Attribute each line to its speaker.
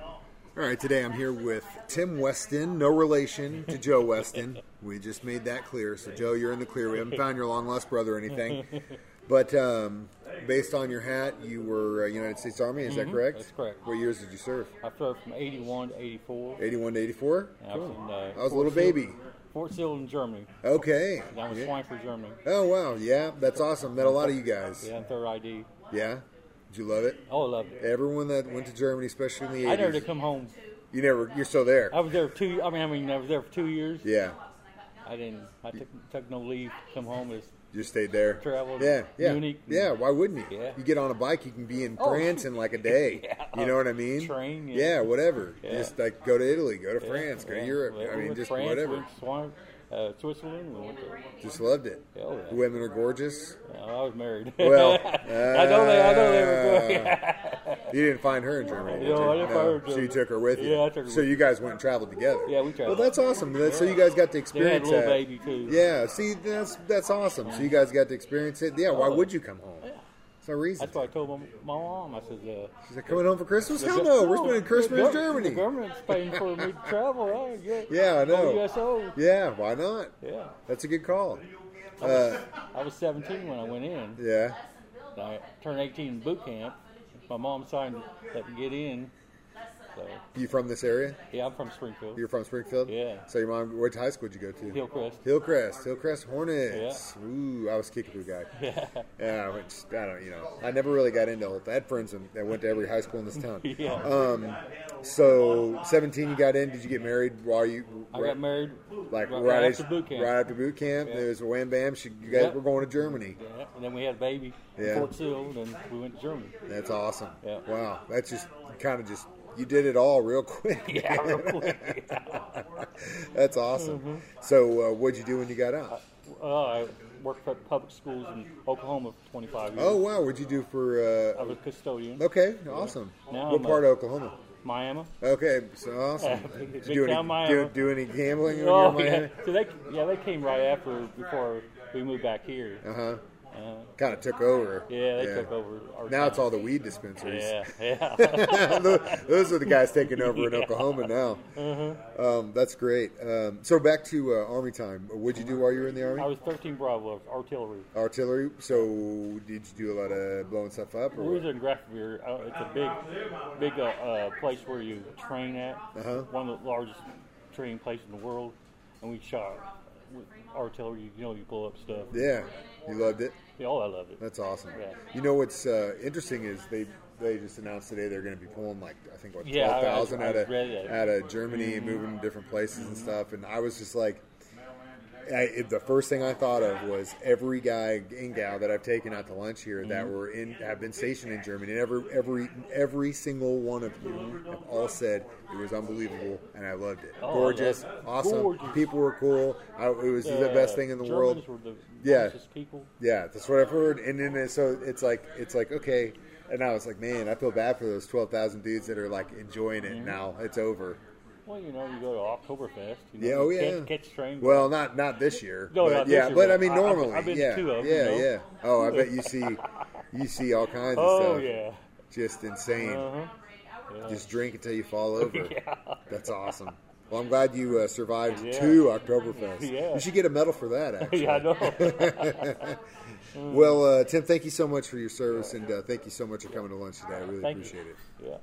Speaker 1: All right, today I'm here with Tim Weston, no relation to Joe Weston. We just made that clear. So, Joe, you're in the clear. We haven't found your long lost brother or anything. But um, based on your hat, you were uh, United States Army, is that correct?
Speaker 2: Mm-hmm. that's correct.
Speaker 1: What years did you serve?
Speaker 2: I served from 81 to 84.
Speaker 1: 81 to 84?
Speaker 2: I was in, uh,
Speaker 1: I was a little
Speaker 2: Fort Sill-
Speaker 1: baby.
Speaker 2: Fort Sill in Germany.
Speaker 1: Okay.
Speaker 2: I was
Speaker 1: Yeah.
Speaker 2: flying for Germany.
Speaker 1: Oh, wow. Yeah, that's awesome. Met a lot of you guys.
Speaker 2: Yeah, and third ID.
Speaker 1: Yeah? Did you love it?
Speaker 2: Oh, I loved it.
Speaker 1: Everyone that went to Germany, especially in the 80s.
Speaker 2: I never did come home.
Speaker 1: You never, you're still there.
Speaker 2: I was there two. I mean, I mean, I was there for two years.
Speaker 1: Yeah.
Speaker 2: I didn't. I took, took no leave. Come home is
Speaker 1: Just stayed there.
Speaker 2: Traveled.
Speaker 1: Yeah, yeah,
Speaker 2: Munich.
Speaker 1: yeah. Why wouldn't you?
Speaker 2: Yeah.
Speaker 1: You get on a bike, you can be in
Speaker 2: Oh.
Speaker 1: France in like a day.
Speaker 2: Yeah.
Speaker 1: You know what I mean?
Speaker 2: Train, yeah.
Speaker 1: Yeah, whatever.
Speaker 2: Yeah.
Speaker 1: Just like go to Italy, go to France, go
Speaker 2: yeah.
Speaker 1: to Europe.
Speaker 2: Well,
Speaker 1: I
Speaker 2: we
Speaker 1: mean,
Speaker 2: went to
Speaker 1: just
Speaker 2: France, We
Speaker 1: whatever.
Speaker 2: went to Swan- uh, Switzerland. We went to,
Speaker 1: Just loved it.
Speaker 2: Hell yeah.
Speaker 1: The Women are gorgeous.
Speaker 2: yeah, I was married.
Speaker 1: Well, uh,
Speaker 2: I know they. I know they were good.
Speaker 1: You didn't find her in Germany. did
Speaker 2: No,
Speaker 1: you?
Speaker 2: I didn't find her in
Speaker 1: So you
Speaker 2: Germany.
Speaker 1: took her with you.
Speaker 2: Yeah, I took her
Speaker 1: So
Speaker 2: with
Speaker 1: you guys went and traveled together.
Speaker 2: Yeah, we traveled.
Speaker 1: Well, that's awesome. That's, So you guys got to
Speaker 2: They had a
Speaker 1: experience
Speaker 2: little
Speaker 1: that.
Speaker 2: baby too.
Speaker 1: Yeah. See, that's that's awesome. So you guys got to experience it. Yeah. Why
Speaker 2: Oh.
Speaker 1: would you come home? It's no reason.
Speaker 2: That's why I told my, my mom. I said, uh,
Speaker 1: Is it coming home for Christmas?
Speaker 2: the
Speaker 1: Hell
Speaker 2: gov-
Speaker 1: no, we're spending
Speaker 2: the
Speaker 1: Christmas in
Speaker 2: gov-
Speaker 1: Germany.
Speaker 2: The government's paying for me to travel. Right? Yeah,
Speaker 1: Yeah, I know.
Speaker 2: USO.
Speaker 1: Yeah, why not?
Speaker 2: Yeah,
Speaker 1: That's a good call. Uh,
Speaker 2: I was 17 when I went in.
Speaker 1: yeah,
Speaker 2: I turned 18 in boot camp. My mom signed let me get in. So
Speaker 1: you from this area?
Speaker 2: yeah, I'm from Springfield,
Speaker 1: You're from Springfield?
Speaker 2: Yeah.
Speaker 1: So your mom, what high school did you go to?
Speaker 2: Hillcrest.
Speaker 1: Hillcrest, Hillcrest Hornets. Ooh, I was a Kickapoo guy.
Speaker 2: Yeah,
Speaker 1: Yeah, I, went, I don't, you know, I never really got into it. I had friends in- that went to every high school in this town.
Speaker 2: yeah.
Speaker 1: Um, so 17, you got in. Did you get married while you?
Speaker 2: I got married
Speaker 1: Like
Speaker 2: right,
Speaker 1: right,
Speaker 2: right after boot camp.
Speaker 1: Right after boot camp,
Speaker 2: Yeah.
Speaker 1: there was a wham bam. She, you guys
Speaker 2: Yep.
Speaker 1: were going to Germany.
Speaker 2: Yeah, and then we had a baby
Speaker 1: Yeah.
Speaker 2: in Fort Sill, and then we went to Germany.
Speaker 1: That's awesome.
Speaker 2: Yeah.
Speaker 1: Wow. That's just kind of just you did it all real quick.
Speaker 2: Yeah, real quick.
Speaker 1: That's awesome. So uh, what'd you do when you got out?
Speaker 2: Uh, I worked for public schools in Oklahoma for 25 years.
Speaker 1: Oh wow, what'd you do for?
Speaker 2: I
Speaker 1: Uh,
Speaker 2: was a custodian.
Speaker 1: okay, awesome.
Speaker 2: Now
Speaker 1: what
Speaker 2: I'm
Speaker 1: part
Speaker 2: a-
Speaker 1: of Oklahoma?
Speaker 2: Miami.
Speaker 1: Okay, so awesome.
Speaker 2: Big-
Speaker 1: Did
Speaker 2: big
Speaker 1: you do,
Speaker 2: town
Speaker 1: any,
Speaker 2: Miami.
Speaker 1: do, do any gambling when
Speaker 2: Oh,
Speaker 1: you were in
Speaker 2: yeah.
Speaker 1: Miami?
Speaker 2: So they, yeah, they came right after before we moved back here.
Speaker 1: Uh huh.
Speaker 2: Uh,
Speaker 1: Kind of took over.
Speaker 2: yeah, they took over. Our
Speaker 1: Now it's
Speaker 2: town.
Speaker 1: all the weed dispensaries.
Speaker 2: Yeah, yeah.
Speaker 1: Those those are the guys taking over in Oklahoma now.
Speaker 2: Mm-hmm.
Speaker 1: Um, that's great. Um, so back to uh, Army time. What'd you do while you were in the Army?
Speaker 2: I was 13 Bravo artillery.
Speaker 1: artillery. So did you do a lot of blowing stuff up?
Speaker 2: We
Speaker 1: Or
Speaker 2: was in Grafenberg. Uh, it's a big, big uh, uh, place where you train at.
Speaker 1: Uh-huh.
Speaker 2: One of the largest training places in the world, and we shot with artillery. You know, you blow up stuff.
Speaker 1: yeah, you loved it.
Speaker 2: Yeah, oh, I love it.
Speaker 1: That's awesome.
Speaker 2: Yeah.
Speaker 1: You know what's uh, interesting is they they just announced today they're going to be pulling like I think what
Speaker 2: Yeah, I- I-
Speaker 1: twelve thousand
Speaker 2: I
Speaker 1: out of
Speaker 2: read that.
Speaker 1: out of Germany and moving to different places and stuff. And I was just like. I, it, the first thing I thought of was every guy and gal that I've taken out to lunch here that
Speaker 2: Mm-hmm.
Speaker 1: were in have been stationed in Germany, and every every every single one of you have all said it was unbelievable, and I loved it.
Speaker 2: Oh, I
Speaker 1: gorgeous,
Speaker 2: love it.
Speaker 1: awesome.
Speaker 2: Gorgeous.
Speaker 1: People were cool. I, it was the best thing in the world.
Speaker 2: Uh, Germans were the
Speaker 1: Yeah.
Speaker 2: nicest people.
Speaker 1: Yeah, that's what I've heard. And then it- so it's like it's like okay, and I was like, man, I feel bad for those twelve thousand dudes that are like enjoying it now. It's over.
Speaker 2: Well, you know, you go to Oktoberfest. You know,
Speaker 1: Yeah, oh
Speaker 2: you
Speaker 1: yeah.
Speaker 2: Catch, catch train.
Speaker 1: Well, not not this year.
Speaker 2: No,
Speaker 1: but
Speaker 2: not this
Speaker 1: yeah,
Speaker 2: year,
Speaker 1: but I
Speaker 2: but
Speaker 1: mean
Speaker 2: I- I've-
Speaker 1: normally,
Speaker 2: I've been to
Speaker 1: yeah,
Speaker 2: two of 'em,
Speaker 1: yeah,
Speaker 2: you know?
Speaker 1: yeah. Oh, I bet you see you see all kinds of
Speaker 2: oh
Speaker 1: stuff.
Speaker 2: yeah.
Speaker 1: Just insane.
Speaker 2: Uh-huh.
Speaker 1: Just drink until you fall over.
Speaker 2: Yeah.
Speaker 1: That's awesome. Well, I'm glad you uh, survived
Speaker 2: Yeah.
Speaker 1: two Oktoberfests.
Speaker 2: Yeah.
Speaker 1: You should get a medal for that. Actually.
Speaker 2: Yeah, I know.
Speaker 1: Well, uh, Tim, thank you so much for your service, and uh, thank you so much for coming to lunch today. I really
Speaker 2: Thank you.
Speaker 1: appreciate it.
Speaker 2: yeah.